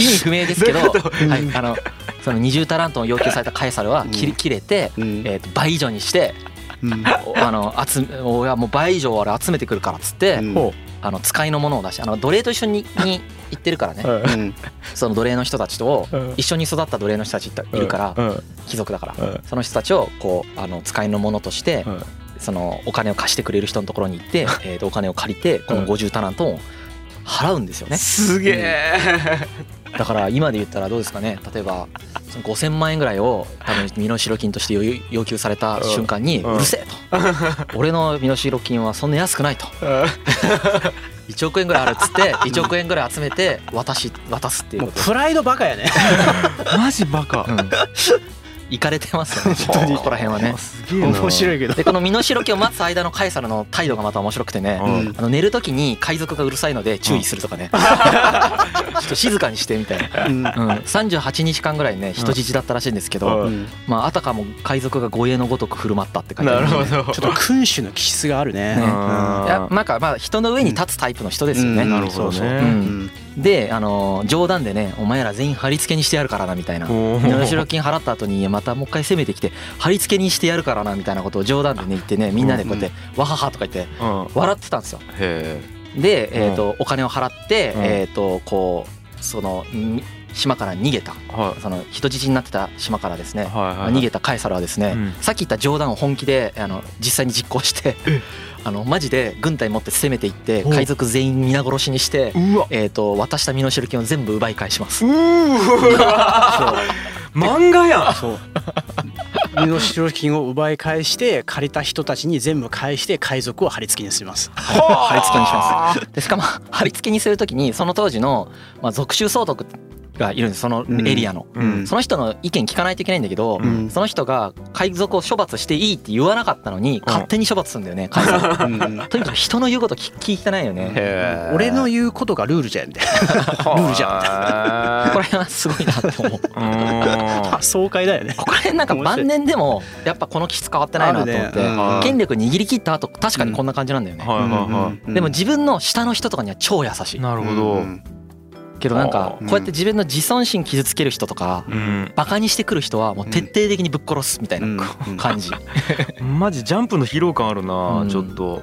[SPEAKER 3] 意味不明で
[SPEAKER 2] <laughs>
[SPEAKER 3] すけ
[SPEAKER 2] ど
[SPEAKER 3] ど
[SPEAKER 2] ういう
[SPEAKER 3] はい、あのその二重タラントンを要求されたカエサルは切り
[SPEAKER 4] うん
[SPEAKER 3] 切れて、
[SPEAKER 4] うん
[SPEAKER 3] えー、と倍以上にして
[SPEAKER 4] うん
[SPEAKER 3] おあの集め俺はもう倍以上俺集めてくるからっつって、
[SPEAKER 4] うん
[SPEAKER 2] ほ
[SPEAKER 3] あの使いのものを出してあの奴隷と一緒にに行ってるからね
[SPEAKER 2] うはい
[SPEAKER 4] うん
[SPEAKER 3] その奴隷の人たちと
[SPEAKER 2] うん
[SPEAKER 3] 一緒に育った奴隷の人たちいるから
[SPEAKER 2] うん
[SPEAKER 3] 貴族だから
[SPEAKER 2] うん
[SPEAKER 3] その人たちをこうあの使いのものとして
[SPEAKER 2] うん
[SPEAKER 3] そのお金を貸してくれる人のところに行って、えー、とお金を借りてこ
[SPEAKER 2] うん
[SPEAKER 3] の50タラントンを払うんですよね。
[SPEAKER 2] すげえ
[SPEAKER 3] だから今で言ったらどうですかね例えばその5,000万円ぐらいを多分身代金として要要求された瞬間に「
[SPEAKER 2] うん
[SPEAKER 3] うるせえ」と「俺の身代金はそんな安くない」と「1億円ぐらいある」っつって1億円ぐらい集めて渡し渡すっていう
[SPEAKER 4] も
[SPEAKER 3] こ
[SPEAKER 4] う
[SPEAKER 3] と
[SPEAKER 4] プライドバカやね
[SPEAKER 2] マジバカ
[SPEAKER 3] うんいかれてますよね
[SPEAKER 4] 本当に
[SPEAKER 3] ここら辺はね
[SPEAKER 2] すげえな
[SPEAKER 4] 面白
[SPEAKER 2] い
[SPEAKER 4] いけど
[SPEAKER 3] でこの身代金を待つ間のカエサルの態度がまた面白くてね
[SPEAKER 2] うん
[SPEAKER 4] うん
[SPEAKER 3] あの寝る時に海賊がうるさいので注意するとかね、ちょっと静かにしてみたいな
[SPEAKER 4] う
[SPEAKER 3] う
[SPEAKER 4] ん
[SPEAKER 3] ん、38日間ぐらいね人質だったらしいんですけ
[SPEAKER 2] う
[SPEAKER 3] ど、
[SPEAKER 2] ん
[SPEAKER 4] うん
[SPEAKER 3] まあ、あたかも海賊が護衛のごとく振る舞ったって感じ
[SPEAKER 2] なるほど
[SPEAKER 4] ちょっと君主の気質がある
[SPEAKER 3] ね
[SPEAKER 4] ねうん
[SPEAKER 3] いやなんかまあ人の上に立つタイプの人ですよね、
[SPEAKER 4] うん
[SPEAKER 2] なるほど
[SPEAKER 4] そうそう
[SPEAKER 3] う
[SPEAKER 2] ね
[SPEAKER 3] んで、あのー冗談でね「お前ら全員貼り付けにしてやるからな」みたいな
[SPEAKER 2] お
[SPEAKER 3] 身
[SPEAKER 2] ー
[SPEAKER 3] 代金払った後にまたもう一回攻めてきて貼り付けにしてやるからなみたいなことを冗談でね言ってねみんなでこうやって「わはは」とか言って
[SPEAKER 2] うん
[SPEAKER 3] 笑ってたんですよ。
[SPEAKER 2] へ
[SPEAKER 3] で、
[SPEAKER 2] うん
[SPEAKER 3] えー、とお金を払って、
[SPEAKER 2] うん
[SPEAKER 3] えー、とこうそのん島から逃げた
[SPEAKER 2] えは
[SPEAKER 3] その人質になってた島からです
[SPEAKER 2] い
[SPEAKER 3] ね
[SPEAKER 2] はいはい
[SPEAKER 3] 逃げたカエサルはですね、
[SPEAKER 2] うん
[SPEAKER 3] さっき言った冗談を本気であの実際に実行してあのマジで軍隊持って攻めていって
[SPEAKER 2] お
[SPEAKER 3] 海賊全員皆殺しにして、
[SPEAKER 2] うわ
[SPEAKER 3] えー、と渡した身代金を全部奪い返します。
[SPEAKER 2] うーわ漫画やん
[SPEAKER 4] そう身代金を奪い返して借りた人たちに全部返して海賊を張り付きにします
[SPEAKER 3] 貼り付けにしますでしかも貼り付けにするときにその当時の、まあ、属州総督がいるんですそのエリアの、
[SPEAKER 2] うん
[SPEAKER 3] その人の意見聞かないといけないんだけど、
[SPEAKER 2] うん
[SPEAKER 3] その人が海賊を処罰していいって言わなかったのに勝手に処罰するんだよね、海
[SPEAKER 4] <laughs>
[SPEAKER 3] 賊
[SPEAKER 4] うん
[SPEAKER 3] とにかく人の言うこと聞聞いてないよね
[SPEAKER 2] へー
[SPEAKER 4] 俺の言うことがルールじゃんみたい
[SPEAKER 2] は
[SPEAKER 4] ルールじ
[SPEAKER 2] ゃ
[SPEAKER 3] これはすごいなって <laughs>
[SPEAKER 4] <laughs>
[SPEAKER 3] 思う
[SPEAKER 2] うーん
[SPEAKER 4] な爽快だよね
[SPEAKER 3] ここら辺なんか
[SPEAKER 4] 面白い
[SPEAKER 3] 晩年でもやっぱこの気質変わってないなと思っ
[SPEAKER 4] あるね
[SPEAKER 3] て
[SPEAKER 4] うん
[SPEAKER 3] 権力握り切った後確かにこんな感じなんだよね
[SPEAKER 2] はいはいは
[SPEAKER 4] うん
[SPEAKER 3] でも自分の下の人とかには超優し
[SPEAKER 2] い
[SPEAKER 3] い
[SPEAKER 2] なるほど
[SPEAKER 4] うん
[SPEAKER 3] けどなんかこ
[SPEAKER 4] うん
[SPEAKER 3] うやって自分の自尊心傷つける人とか
[SPEAKER 2] うん
[SPEAKER 3] バカにしてくる人はもう徹底的にぶっ殺すみたいな
[SPEAKER 4] うん
[SPEAKER 3] 感じ
[SPEAKER 2] マジジャンプの疲労感ある
[SPEAKER 3] う
[SPEAKER 2] なんちょっと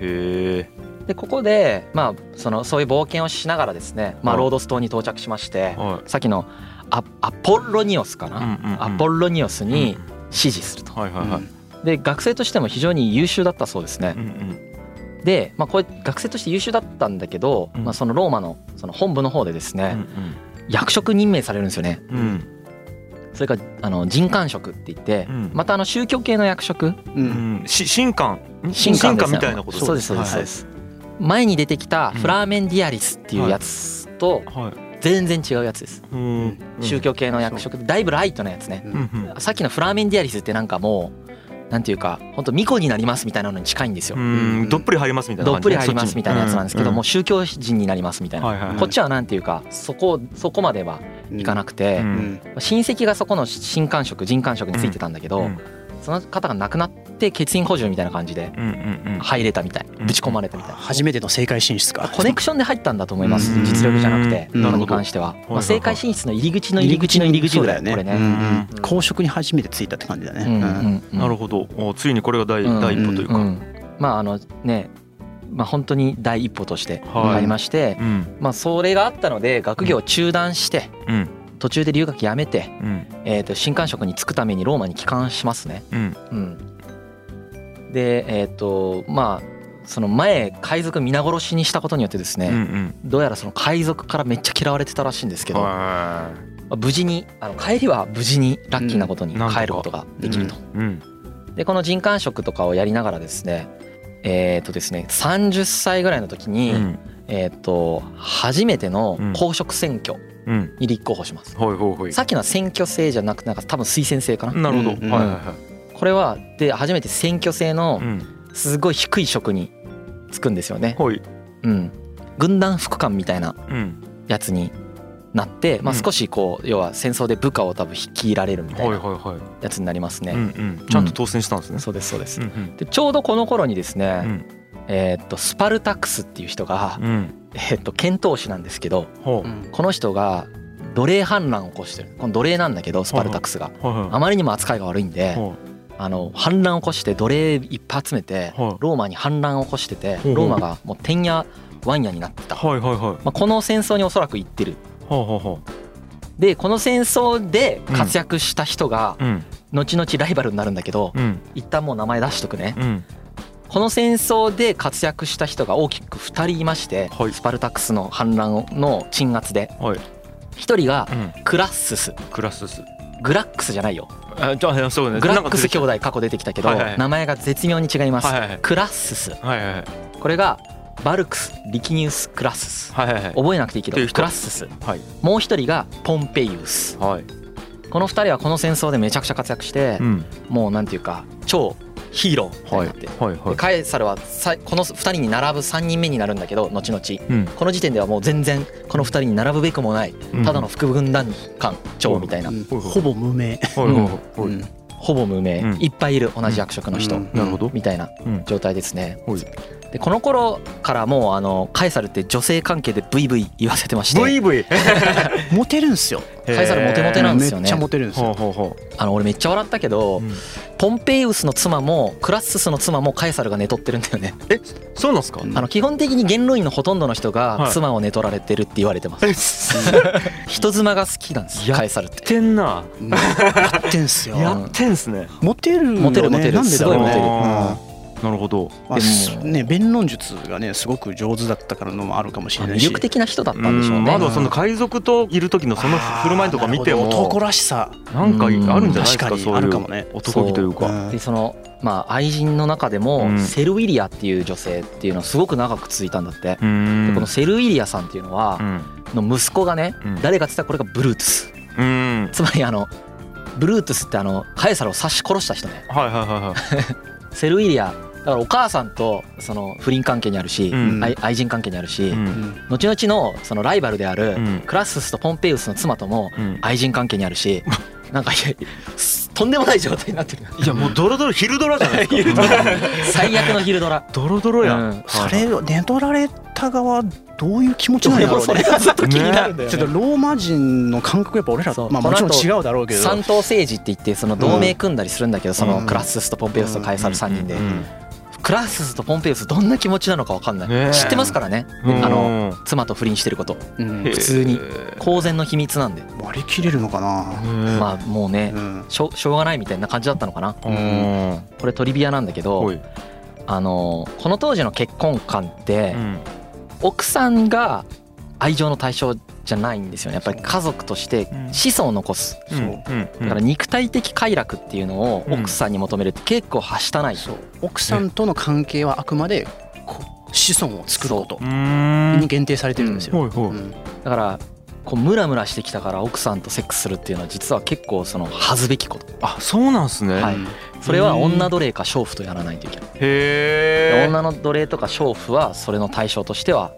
[SPEAKER 2] へえ
[SPEAKER 3] でここでまあそのそういう冒険をしながらですねまあ
[SPEAKER 2] うん
[SPEAKER 3] ロードス島に到着しまして
[SPEAKER 2] は
[SPEAKER 3] さっきのアアポロニオスか
[SPEAKER 2] い
[SPEAKER 3] なア
[SPEAKER 2] ロ
[SPEAKER 3] ポロニオスに
[SPEAKER 2] うん
[SPEAKER 3] 指示すると
[SPEAKER 2] はいはいはい
[SPEAKER 3] で学生としても非常に優秀だったそうですね
[SPEAKER 2] うんうん
[SPEAKER 3] で、まあ、これ学生として優秀だったんだけど、
[SPEAKER 2] うん
[SPEAKER 3] まあ、そのローマのその本部の方でです
[SPEAKER 2] う
[SPEAKER 3] ね、
[SPEAKER 2] ん
[SPEAKER 3] 役職任命されるんですよね
[SPEAKER 2] うんうん
[SPEAKER 3] それからあの人間職って言って、
[SPEAKER 2] うん
[SPEAKER 3] またあの宗教系の役職
[SPEAKER 4] う
[SPEAKER 2] うんんし神官ん
[SPEAKER 3] 神官ですね
[SPEAKER 2] みたいなこと
[SPEAKER 3] そうですそうですそ
[SPEAKER 2] は
[SPEAKER 3] う
[SPEAKER 2] い
[SPEAKER 3] です、前に出てきた
[SPEAKER 2] うん
[SPEAKER 3] フラーメンディアリスっていうやつと
[SPEAKER 2] はい
[SPEAKER 3] 全然違うやつです、
[SPEAKER 2] うん
[SPEAKER 3] 宗教系の役職だいぶライトなやつね、
[SPEAKER 4] う
[SPEAKER 2] うんうん
[SPEAKER 3] さっきのフラーメンディアリスってなんかもうなんていうか本当巫女になりますみたいなのに近いんですよ、
[SPEAKER 2] うんどっぷり入りますみたいな
[SPEAKER 3] どっ
[SPEAKER 2] 感
[SPEAKER 3] ぷ
[SPEAKER 2] じ
[SPEAKER 3] り
[SPEAKER 2] ね
[SPEAKER 3] 入りますみたいなやつなんですけ
[SPEAKER 2] そっち
[SPEAKER 3] ど、
[SPEAKER 2] に
[SPEAKER 3] もう宗教人になりますみたいな、
[SPEAKER 2] はいはいはい
[SPEAKER 3] こっちはなんていうかそこそこまでは
[SPEAKER 4] うん
[SPEAKER 3] いかなくて、
[SPEAKER 2] うん
[SPEAKER 4] うん
[SPEAKER 3] 親戚がそこの新官職人官職についてたんだけど、
[SPEAKER 2] うん
[SPEAKER 3] その方が亡くなって欠員補充みたいな感じで
[SPEAKER 2] うんうんうん
[SPEAKER 3] 入れたみたい
[SPEAKER 2] うん
[SPEAKER 3] ぶち込まれたみたいな。
[SPEAKER 4] 初めての政界進出か
[SPEAKER 3] コネクションで入ったんだと思います
[SPEAKER 4] うん
[SPEAKER 3] 実力じゃなくて
[SPEAKER 4] うん
[SPEAKER 3] ドラに関しては、
[SPEAKER 2] ほど
[SPEAKER 3] まあ、政界進出の入り口の入り口の入り口ぐらい
[SPEAKER 4] そう
[SPEAKER 3] こ
[SPEAKER 4] だ
[SPEAKER 3] れ
[SPEAKER 4] よ
[SPEAKER 3] ね、
[SPEAKER 4] う
[SPEAKER 3] う
[SPEAKER 4] ん
[SPEAKER 3] ん
[SPEAKER 4] 公職に初めてついたって感じだね
[SPEAKER 3] うんうんうん
[SPEAKER 2] なるほどおついにこれが第
[SPEAKER 3] うん
[SPEAKER 2] 第一歩というか
[SPEAKER 3] うんまああのねまあ本当に第一歩としてありまして、
[SPEAKER 2] うん
[SPEAKER 3] まあ、それがあったので学業を中断して
[SPEAKER 2] うん
[SPEAKER 3] 途中で留学やめて、
[SPEAKER 2] うん
[SPEAKER 3] えー、と新官職に就くためにローマに帰還しますね。
[SPEAKER 2] うん
[SPEAKER 3] うん、でえっ、とまあその前海賊皆殺しにしたことによってです
[SPEAKER 2] うんう
[SPEAKER 3] ね、
[SPEAKER 2] ん
[SPEAKER 3] どうやらその海賊からめっちゃ嫌われてたらしいんですけど、ま
[SPEAKER 2] は
[SPEAKER 3] あ無事にあの帰りは無事にラッキーなことに
[SPEAKER 2] うんなんとか
[SPEAKER 3] 帰ることができると。
[SPEAKER 2] いうん
[SPEAKER 3] でこの人官職とかをやりながらですねえっ、とですね30歳ぐらいの時に、
[SPEAKER 2] うん
[SPEAKER 3] えっ、と初めての公職選挙
[SPEAKER 2] うん
[SPEAKER 3] に立候補します。
[SPEAKER 2] ほいほいほい
[SPEAKER 3] さっきのは選挙制じゃなくてなんか多分推薦制かな、
[SPEAKER 2] なるほど
[SPEAKER 4] うんうん
[SPEAKER 2] はいはいは
[SPEAKER 3] これはで初めて選挙制の
[SPEAKER 2] いうん
[SPEAKER 3] すごい低い職に就くんですよね、
[SPEAKER 2] ほい
[SPEAKER 3] うん、軍団副官みたいな
[SPEAKER 2] うん
[SPEAKER 3] やつになって、まあ、
[SPEAKER 2] うん
[SPEAKER 3] 少しこう要は戦争で部下を多分率いられるみたい
[SPEAKER 2] ほい
[SPEAKER 3] な
[SPEAKER 2] ほいはい
[SPEAKER 3] やつになります
[SPEAKER 2] う
[SPEAKER 3] ね、
[SPEAKER 2] んうんちゃんと当選したんですね
[SPEAKER 3] そうですそうです、
[SPEAKER 2] うん
[SPEAKER 3] でちょうどこの頃にです
[SPEAKER 2] う
[SPEAKER 3] ね、
[SPEAKER 2] ん
[SPEAKER 3] えーっとスパルタクスっていう人が
[SPEAKER 2] う、ん
[SPEAKER 3] えーっと遣唐使なんですけど
[SPEAKER 2] ほ
[SPEAKER 4] う
[SPEAKER 2] うん
[SPEAKER 3] この人が奴隷反乱を起こしてるこの奴隷なんだけどスパルタクスが
[SPEAKER 2] はい
[SPEAKER 3] あ
[SPEAKER 2] は
[SPEAKER 3] まりにも扱いが悪いんで
[SPEAKER 2] いほ
[SPEAKER 3] あの反乱を起こして奴隷いっぱい集めて
[SPEAKER 2] はい
[SPEAKER 3] ローマに反乱を起こしてて
[SPEAKER 2] ほう
[SPEAKER 3] ローマがもうてんやわんやになってた、ま
[SPEAKER 2] うはいはいはい
[SPEAKER 3] あ、この戦争におそらく行ってる
[SPEAKER 2] ほうほうほ
[SPEAKER 3] でこの戦争で活躍した人が
[SPEAKER 2] ううん
[SPEAKER 3] 後々ライバルになるんだけど
[SPEAKER 2] うん
[SPEAKER 3] 一旦もう名前出しとくね
[SPEAKER 2] うん
[SPEAKER 3] この戦争で活躍した人が大きく2人いまして
[SPEAKER 2] はい
[SPEAKER 3] スパルタクスの反乱の鎮圧で
[SPEAKER 2] はい
[SPEAKER 3] 一人が
[SPEAKER 2] うん、
[SPEAKER 3] クラッスス
[SPEAKER 2] クラスス
[SPEAKER 3] グラックスじゃないよ
[SPEAKER 2] あじゃあそうね
[SPEAKER 3] グラックス兄
[SPEAKER 2] 今日
[SPEAKER 3] 弟過去出てきたけど
[SPEAKER 2] はいはい
[SPEAKER 3] 名前が絶妙に違います
[SPEAKER 2] はいはい
[SPEAKER 3] クラッスス
[SPEAKER 2] はいはいはい
[SPEAKER 3] これがバルクスリキニウス・クラッスス
[SPEAKER 2] はいはいはい
[SPEAKER 3] 覚えなくていいけ
[SPEAKER 2] っていう
[SPEAKER 3] ど
[SPEAKER 2] 人
[SPEAKER 3] クラッスス
[SPEAKER 2] はい
[SPEAKER 3] もう一人がポンペイウス
[SPEAKER 2] はい
[SPEAKER 3] この二人はこの戦争でめちゃくちゃ活躍して
[SPEAKER 2] うん
[SPEAKER 3] もうなんていうか超ヒーローみたいになって
[SPEAKER 2] はいは
[SPEAKER 3] で
[SPEAKER 2] い
[SPEAKER 3] カエサルはさいこの2人に並ぶ3人目になるんだけど後々
[SPEAKER 2] うん
[SPEAKER 3] この時点ではもう全然この2人に並ぶべくもない
[SPEAKER 2] うん
[SPEAKER 3] ただの副軍団官長みたいな、
[SPEAKER 4] うん
[SPEAKER 2] ほいほい
[SPEAKER 4] ほぼ無名、
[SPEAKER 2] はいはいは
[SPEAKER 4] う
[SPEAKER 2] い
[SPEAKER 4] ん
[SPEAKER 3] ほぼ無名、
[SPEAKER 2] うん
[SPEAKER 3] いっぱいいる同じ役職の人、
[SPEAKER 4] うん
[SPEAKER 2] なるほど
[SPEAKER 3] みたいな
[SPEAKER 2] うん
[SPEAKER 3] 状態ですね
[SPEAKER 2] はい
[SPEAKER 3] でこの頃からもうあのカエサルって女性関係でブイブイ言わせてまして
[SPEAKER 2] ブイ
[SPEAKER 4] <laughs> モテるんすよ
[SPEAKER 3] カエサルモテモテなんですよね
[SPEAKER 4] めっちゃモテるんです
[SPEAKER 2] ほ
[SPEAKER 4] よ
[SPEAKER 2] うほうほ
[SPEAKER 3] あの俺めっちゃ笑ったけど、
[SPEAKER 2] ううん
[SPEAKER 3] ポンペイウスの妻もクラッススの妻もカエサルが寝取ってるんだよね、
[SPEAKER 2] えそうなんすか
[SPEAKER 4] うん
[SPEAKER 3] あの基本的に元老院のほとんどの人が
[SPEAKER 2] はい
[SPEAKER 3] 妻を寝取られてるって言われてます、
[SPEAKER 2] えっ
[SPEAKER 3] 人妻が好きなんです
[SPEAKER 2] や
[SPEAKER 3] カエサルって
[SPEAKER 2] てんな
[SPEAKER 4] うんやってんすよ
[SPEAKER 2] やってんすね
[SPEAKER 4] モテるよね
[SPEAKER 3] モテるモテる
[SPEAKER 4] なんでだろうね
[SPEAKER 3] すごいモテる
[SPEAKER 4] うん
[SPEAKER 2] なるほど
[SPEAKER 4] まあ
[SPEAKER 3] でも
[SPEAKER 4] すね弁論術がねすごく上手だったからのもあるかもしれない
[SPEAKER 3] 魅
[SPEAKER 4] し
[SPEAKER 3] 力的な人だった
[SPEAKER 2] うん
[SPEAKER 3] でしょうんね
[SPEAKER 2] まだその海賊といる時のその振る舞いとか見て
[SPEAKER 4] あーなるほど男
[SPEAKER 2] も
[SPEAKER 4] らしさ
[SPEAKER 2] なんかあるんじゃないです
[SPEAKER 4] 確か
[SPEAKER 2] か
[SPEAKER 4] に
[SPEAKER 2] そう
[SPEAKER 4] あ
[SPEAKER 2] い
[SPEAKER 4] るかもね
[SPEAKER 2] う男気という
[SPEAKER 4] う
[SPEAKER 2] か
[SPEAKER 4] ん
[SPEAKER 3] でそのまあ愛人の中でも、
[SPEAKER 2] うん
[SPEAKER 3] セルウィリアっていう女性っていうのはすごく長く続いたんだって、
[SPEAKER 2] う
[SPEAKER 3] で
[SPEAKER 2] ん
[SPEAKER 3] このセルウィリアさんっていうのは、の息子がね、
[SPEAKER 2] うん
[SPEAKER 3] 誰かって言ったらこれがブルートゥス
[SPEAKER 2] うん
[SPEAKER 3] つまりあのブルートゥスってあのカエサルを刺し殺した人ね
[SPEAKER 2] はいはいは
[SPEAKER 3] セルウィリアだからお母さんとその不倫関係にあるし、
[SPEAKER 2] うん
[SPEAKER 3] 愛愛人関係にあるし、
[SPEAKER 2] いはい。う
[SPEAKER 4] うんん
[SPEAKER 3] 後々のそのライバルである、
[SPEAKER 2] うん
[SPEAKER 3] クラッススとポンペイウスの妻とも
[SPEAKER 2] うん
[SPEAKER 3] 愛人関係にある
[SPEAKER 2] <laughs>
[SPEAKER 3] しなんかいやとんでもない状態になってる
[SPEAKER 2] いやもうドロドロ <laughs> 昼ドラじゃないですか。
[SPEAKER 3] 最悪の昼ドラ
[SPEAKER 2] ドロドロやん。
[SPEAKER 3] うん
[SPEAKER 2] はい
[SPEAKER 4] それを寝取られた側どういう気持ちなんだろう
[SPEAKER 3] それ
[SPEAKER 4] ね
[SPEAKER 3] がずっと気になるんだよ、
[SPEAKER 4] ちょ
[SPEAKER 3] ね
[SPEAKER 4] っとローマ人の感覚やっぱ俺ら
[SPEAKER 3] そう
[SPEAKER 4] まあもちろん違うだろうけど
[SPEAKER 3] 三党政治って言ってその同盟組んだりするんだけど、そのクラッススとポンペイウスとカエサル3人で、
[SPEAKER 2] うん
[SPEAKER 3] クラッススとポンペイウスどんな気持ちなのか分かんない、
[SPEAKER 2] ねえ
[SPEAKER 3] 知ってますからね
[SPEAKER 2] うん
[SPEAKER 3] あの妻と不倫してること
[SPEAKER 4] うん
[SPEAKER 2] へえ
[SPEAKER 3] 普通に
[SPEAKER 2] へえ
[SPEAKER 3] 公然の秘密なんで、
[SPEAKER 4] 割り切れるのかな
[SPEAKER 3] まあもうね
[SPEAKER 4] うん
[SPEAKER 3] しょしょうがないみたいな感じだったのかな
[SPEAKER 2] うん
[SPEAKER 3] これトリビアなんだけ
[SPEAKER 2] お
[SPEAKER 3] ど
[SPEAKER 2] い
[SPEAKER 3] あのーこの当時の結婚観って
[SPEAKER 2] うん
[SPEAKER 3] 奥さんが愛情の対象じゃないんですよねやっぱり家族として
[SPEAKER 2] うん
[SPEAKER 3] 子孫を残す
[SPEAKER 4] そう
[SPEAKER 2] うん
[SPEAKER 3] だから肉体的快楽っていうのを
[SPEAKER 2] うん
[SPEAKER 3] 奥さんに求めるって結構はしたない
[SPEAKER 4] そう奥さんとの関係はあくまでこ子孫を作ること
[SPEAKER 2] うん
[SPEAKER 4] に限定されてるんですよ
[SPEAKER 2] ほいほ
[SPEAKER 4] う
[SPEAKER 2] い
[SPEAKER 4] ん
[SPEAKER 3] だからこうムラムラしてきたから奥さんとセックスするっていうのは実は結構その恥ずべきこと
[SPEAKER 2] あそうなんすね
[SPEAKER 3] は
[SPEAKER 2] へ
[SPEAKER 3] いそれは女奴隷か娼婦とやらないといけないで
[SPEAKER 2] え
[SPEAKER 3] 女の奴隷とか娼婦はそれの対象としては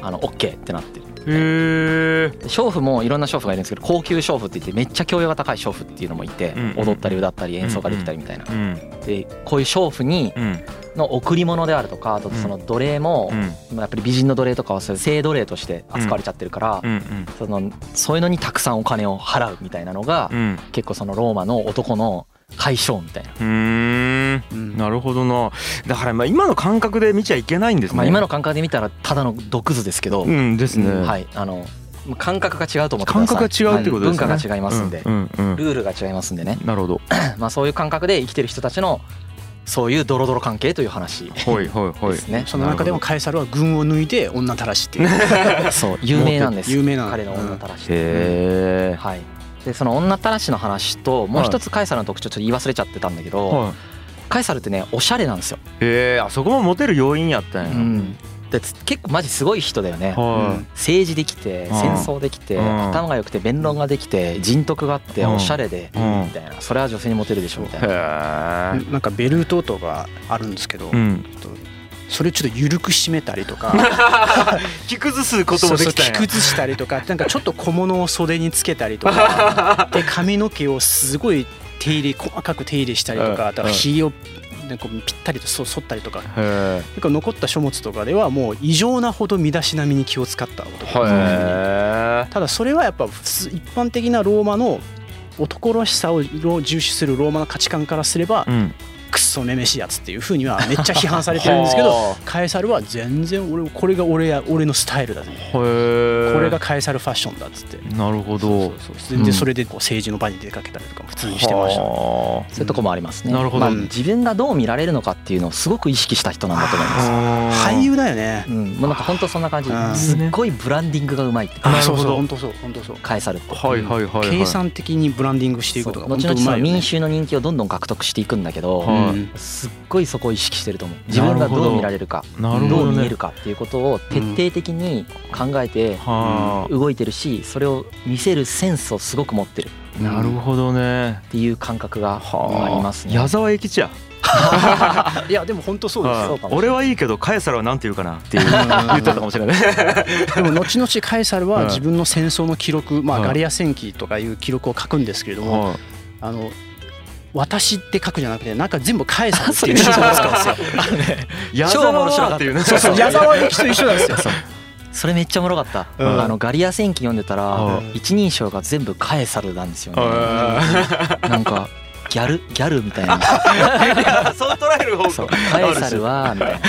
[SPEAKER 3] あの OK ってなってる
[SPEAKER 2] へえ
[SPEAKER 3] で娼婦もいろんな娼婦がいるんですけど高級娼婦って言ってめっちゃ教養が高い娼婦っていうのもいて
[SPEAKER 2] うん
[SPEAKER 3] 踊ったり歌ったり演奏ができたりみたいな
[SPEAKER 2] うん
[SPEAKER 3] でこういう娼婦に
[SPEAKER 2] うん
[SPEAKER 3] の贈り物であるとかあとその奴隷も
[SPEAKER 2] うん
[SPEAKER 3] まあやっぱり美人の奴隷とかはそういう性奴隷として扱われちゃってるから
[SPEAKER 2] うんうん
[SPEAKER 3] そのそういうのにたくさんお金を払うみたいなのが
[SPEAKER 2] うん
[SPEAKER 3] 結構そのローマの男の解消みたいな、
[SPEAKER 2] うーん
[SPEAKER 4] うん
[SPEAKER 2] なるほどなだからまあ今の感覚で見ちゃいけないんですね
[SPEAKER 3] まあ、今の感覚で見たらただの毒図ですけど、
[SPEAKER 2] うんですね
[SPEAKER 3] はいあの感覚が違うと思ってください
[SPEAKER 2] 感覚が違うってことですね
[SPEAKER 3] はい文化が違いますんで、
[SPEAKER 2] うんうんうん
[SPEAKER 3] ルールが違いますんでね、 <laughs>
[SPEAKER 2] なるほど
[SPEAKER 3] まあ、そういう感覚で生きてる人たちのそういうドロドロ関係という
[SPEAKER 2] <laughs>
[SPEAKER 3] 話
[SPEAKER 2] ほいほいほい
[SPEAKER 3] ですね
[SPEAKER 4] その中でもカエサルは群を抜いて女たらしっていう
[SPEAKER 3] そう有名なんです
[SPEAKER 4] 有名なの
[SPEAKER 3] 彼の女たらしっていう、
[SPEAKER 2] へえ
[SPEAKER 3] はいでその女たらしの話ともう一つカエサルの特徴ちょっと言い忘れちゃってたんだけど、
[SPEAKER 2] はい
[SPEAKER 3] カエサルってねおしゃれなんですよ、
[SPEAKER 2] へえあそこもモテる要因やったんや、
[SPEAKER 3] うん、でつ結構マジすごい人だよね
[SPEAKER 2] は
[SPEAKER 3] 政治できて
[SPEAKER 2] うん
[SPEAKER 3] 戦争できて
[SPEAKER 2] うん
[SPEAKER 3] 頭が良くて弁論ができて人徳があって
[SPEAKER 2] うん
[SPEAKER 3] おしゃれで
[SPEAKER 2] うん
[SPEAKER 3] みたいなそれは女性にモテるでしょみたい
[SPEAKER 2] い、
[SPEAKER 3] な
[SPEAKER 2] へえ
[SPEAKER 4] <laughs> なんかベルトとかあるんですけど、
[SPEAKER 2] うん
[SPEAKER 4] それちょっと緩く締めたりとか
[SPEAKER 2] 着崩す <laughs> こともできたん
[SPEAKER 4] そう
[SPEAKER 2] や
[SPEAKER 4] そう着崩したりとかなんかちょっと小物を袖につけたり
[SPEAKER 2] <laughs>
[SPEAKER 4] とかで髪の毛をすごい手入れ細かく手入れしたりとか
[SPEAKER 2] うん
[SPEAKER 4] あとは
[SPEAKER 2] うん
[SPEAKER 4] ひをなんかこうぴったりとそ剃ったりとか
[SPEAKER 2] へ
[SPEAKER 4] なんか残った書物とかではもう異常なほど身だしなみに気を使った男
[SPEAKER 2] えへ
[SPEAKER 4] ただそれはやっぱ普通一般的なローマの男らしさを重視するローマの価値観からすれば
[SPEAKER 2] えうん
[SPEAKER 4] クソめめしいやつっていうふうにはめっちゃ批判されてるんです
[SPEAKER 2] <laughs>
[SPEAKER 4] けど
[SPEAKER 3] は
[SPEAKER 4] カエサルは全然俺これが俺や俺のスタイルだぜ
[SPEAKER 2] へえ
[SPEAKER 4] これがカエサルファッションだっつって
[SPEAKER 2] なるほど
[SPEAKER 4] そうそう全然それでこう政治の場に出かけたりとかも普通にしてましたね
[SPEAKER 2] は
[SPEAKER 3] そういうとこもありますね。
[SPEAKER 2] なるほど
[SPEAKER 3] まあ自分がどう見られるのかっていうのをすごく意識した人なんだと思い
[SPEAKER 2] あ
[SPEAKER 3] ます。
[SPEAKER 2] あー
[SPEAKER 4] 俳優だよね
[SPEAKER 3] うん、もうなんか本当そんな感じ
[SPEAKER 4] うん。
[SPEAKER 3] すっごいブランディングがうまいって。
[SPEAKER 2] なるほど
[SPEAKER 4] そうそう本当そう本当そう
[SPEAKER 3] 返されて。
[SPEAKER 2] はいはいはいはい
[SPEAKER 4] 計算的にブランディングしていくことが
[SPEAKER 3] そう
[SPEAKER 4] 本当
[SPEAKER 3] 後々
[SPEAKER 4] うま
[SPEAKER 3] その
[SPEAKER 4] いよ
[SPEAKER 3] 民
[SPEAKER 4] ね
[SPEAKER 3] 衆の人気をどんどん獲得していくんだけど、
[SPEAKER 2] は
[SPEAKER 4] うん
[SPEAKER 3] すっごいそこを意識してると思う。自分が
[SPEAKER 2] なるほ
[SPEAKER 3] ど
[SPEAKER 2] ど
[SPEAKER 3] う見られるか、
[SPEAKER 2] なるほ
[SPEAKER 3] ど
[SPEAKER 2] ど
[SPEAKER 3] う見え
[SPEAKER 2] ね
[SPEAKER 3] るかっていうことを徹底的に考えて
[SPEAKER 2] は
[SPEAKER 3] 動いてるし、それを見せるセンスをすごく持ってるっ
[SPEAKER 2] あなるほどね
[SPEAKER 3] ていう感覚がありますね。
[SPEAKER 2] 矢沢永吉や
[SPEAKER 4] いやでも本当そうです
[SPEAKER 3] そ
[SPEAKER 4] よ
[SPEAKER 3] うかもしれな
[SPEAKER 2] 俺
[SPEAKER 3] い
[SPEAKER 2] はいいけどカエサルはなんて言うかなっていう
[SPEAKER 3] うん
[SPEAKER 2] 言ってたかもし
[SPEAKER 4] <laughs>
[SPEAKER 2] れない
[SPEAKER 4] でも後々カエサル
[SPEAKER 2] はい
[SPEAKER 4] は自分の戦争の記録まあ
[SPEAKER 2] はい
[SPEAKER 4] ガリア戦記とかいう記録を書くんですけれども
[SPEAKER 2] は
[SPEAKER 4] あの私って書くじゃなくてなんか全部カエサルっていう
[SPEAKER 3] そ
[SPEAKER 4] 人
[SPEAKER 3] う
[SPEAKER 4] が使うんですよ
[SPEAKER 2] い矢沢はっていうね
[SPEAKER 4] そうそう矢沢永吉と一緒なんですよ。
[SPEAKER 3] それめっちゃおもろかった、
[SPEAKER 4] うん
[SPEAKER 3] あのガリア戦記読んでたら
[SPEAKER 4] うん
[SPEAKER 3] 一人称が全部カエサルなんですよね
[SPEAKER 2] は
[SPEAKER 3] なんかギャルギャルみたい
[SPEAKER 4] <laughs>
[SPEAKER 3] ない
[SPEAKER 2] いや <laughs> そう捉える方
[SPEAKER 3] そう
[SPEAKER 2] 向
[SPEAKER 3] カエサルはみたいな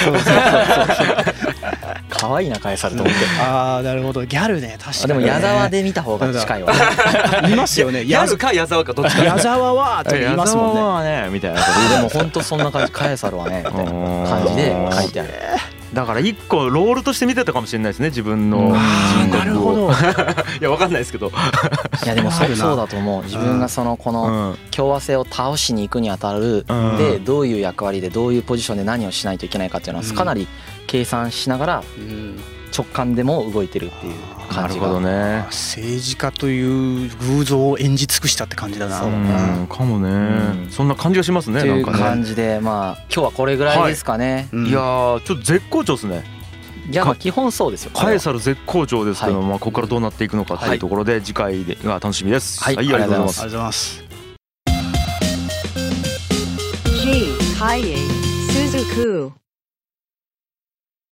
[SPEAKER 3] 可愛いなカエサルと思って
[SPEAKER 4] ああなるほどギャルね確かに。
[SPEAKER 3] あでも矢沢で見た方が近いわ
[SPEAKER 4] いますよね。
[SPEAKER 2] ギャ
[SPEAKER 4] 矢
[SPEAKER 2] ルか矢沢かどっちか
[SPEAKER 4] 矢沢はと言いますもんね。
[SPEAKER 2] はねみたいなこと
[SPEAKER 3] でも本当そんな感じカエサルはねみたいな感じで書いてある
[SPEAKER 2] だから一個ロールとして見てたかもしれないですね自分の
[SPEAKER 4] あー
[SPEAKER 2] 人
[SPEAKER 4] なる
[SPEAKER 2] 格
[SPEAKER 4] ほ
[SPEAKER 2] を
[SPEAKER 4] ど。
[SPEAKER 2] <laughs> いやわかんないですけど
[SPEAKER 3] いやでもそ
[SPEAKER 4] ある
[SPEAKER 3] う
[SPEAKER 4] な
[SPEAKER 3] そうだと思う自分がそのこの
[SPEAKER 2] ん
[SPEAKER 3] 共和制を倒しに行くにあたる
[SPEAKER 2] うん
[SPEAKER 3] でどういう役割でどういうポジションで何をしないといけないかっていうのは
[SPEAKER 4] うん
[SPEAKER 3] かなり計算しながら直感でも動いてるっていう
[SPEAKER 2] な
[SPEAKER 3] 感
[SPEAKER 2] る
[SPEAKER 3] じ
[SPEAKER 2] ほど
[SPEAKER 3] が
[SPEAKER 2] ね
[SPEAKER 4] 政治家という偶像を演じ尽くしたって感じだな。
[SPEAKER 3] そうだ
[SPEAKER 2] んかも
[SPEAKER 3] う
[SPEAKER 2] ね
[SPEAKER 3] ん
[SPEAKER 2] そんな感じがしますね
[SPEAKER 3] って
[SPEAKER 2] ないん
[SPEAKER 3] う
[SPEAKER 2] かね
[SPEAKER 3] 感じでまあ今日はこれぐらいですかね
[SPEAKER 4] うん
[SPEAKER 2] いやーちょっと絶好調ですね
[SPEAKER 3] いやまあ基本そうですよこ
[SPEAKER 2] カ
[SPEAKER 3] れ
[SPEAKER 2] エ
[SPEAKER 3] は
[SPEAKER 2] サル絶好調ですけど
[SPEAKER 3] は
[SPEAKER 2] まあここからどうなっていくのかっていうところで次回でが楽しみです
[SPEAKER 3] はい
[SPEAKER 2] ありがとうございます
[SPEAKER 4] ありがとうございます。
[SPEAKER 1] G. Kaye Suzuku.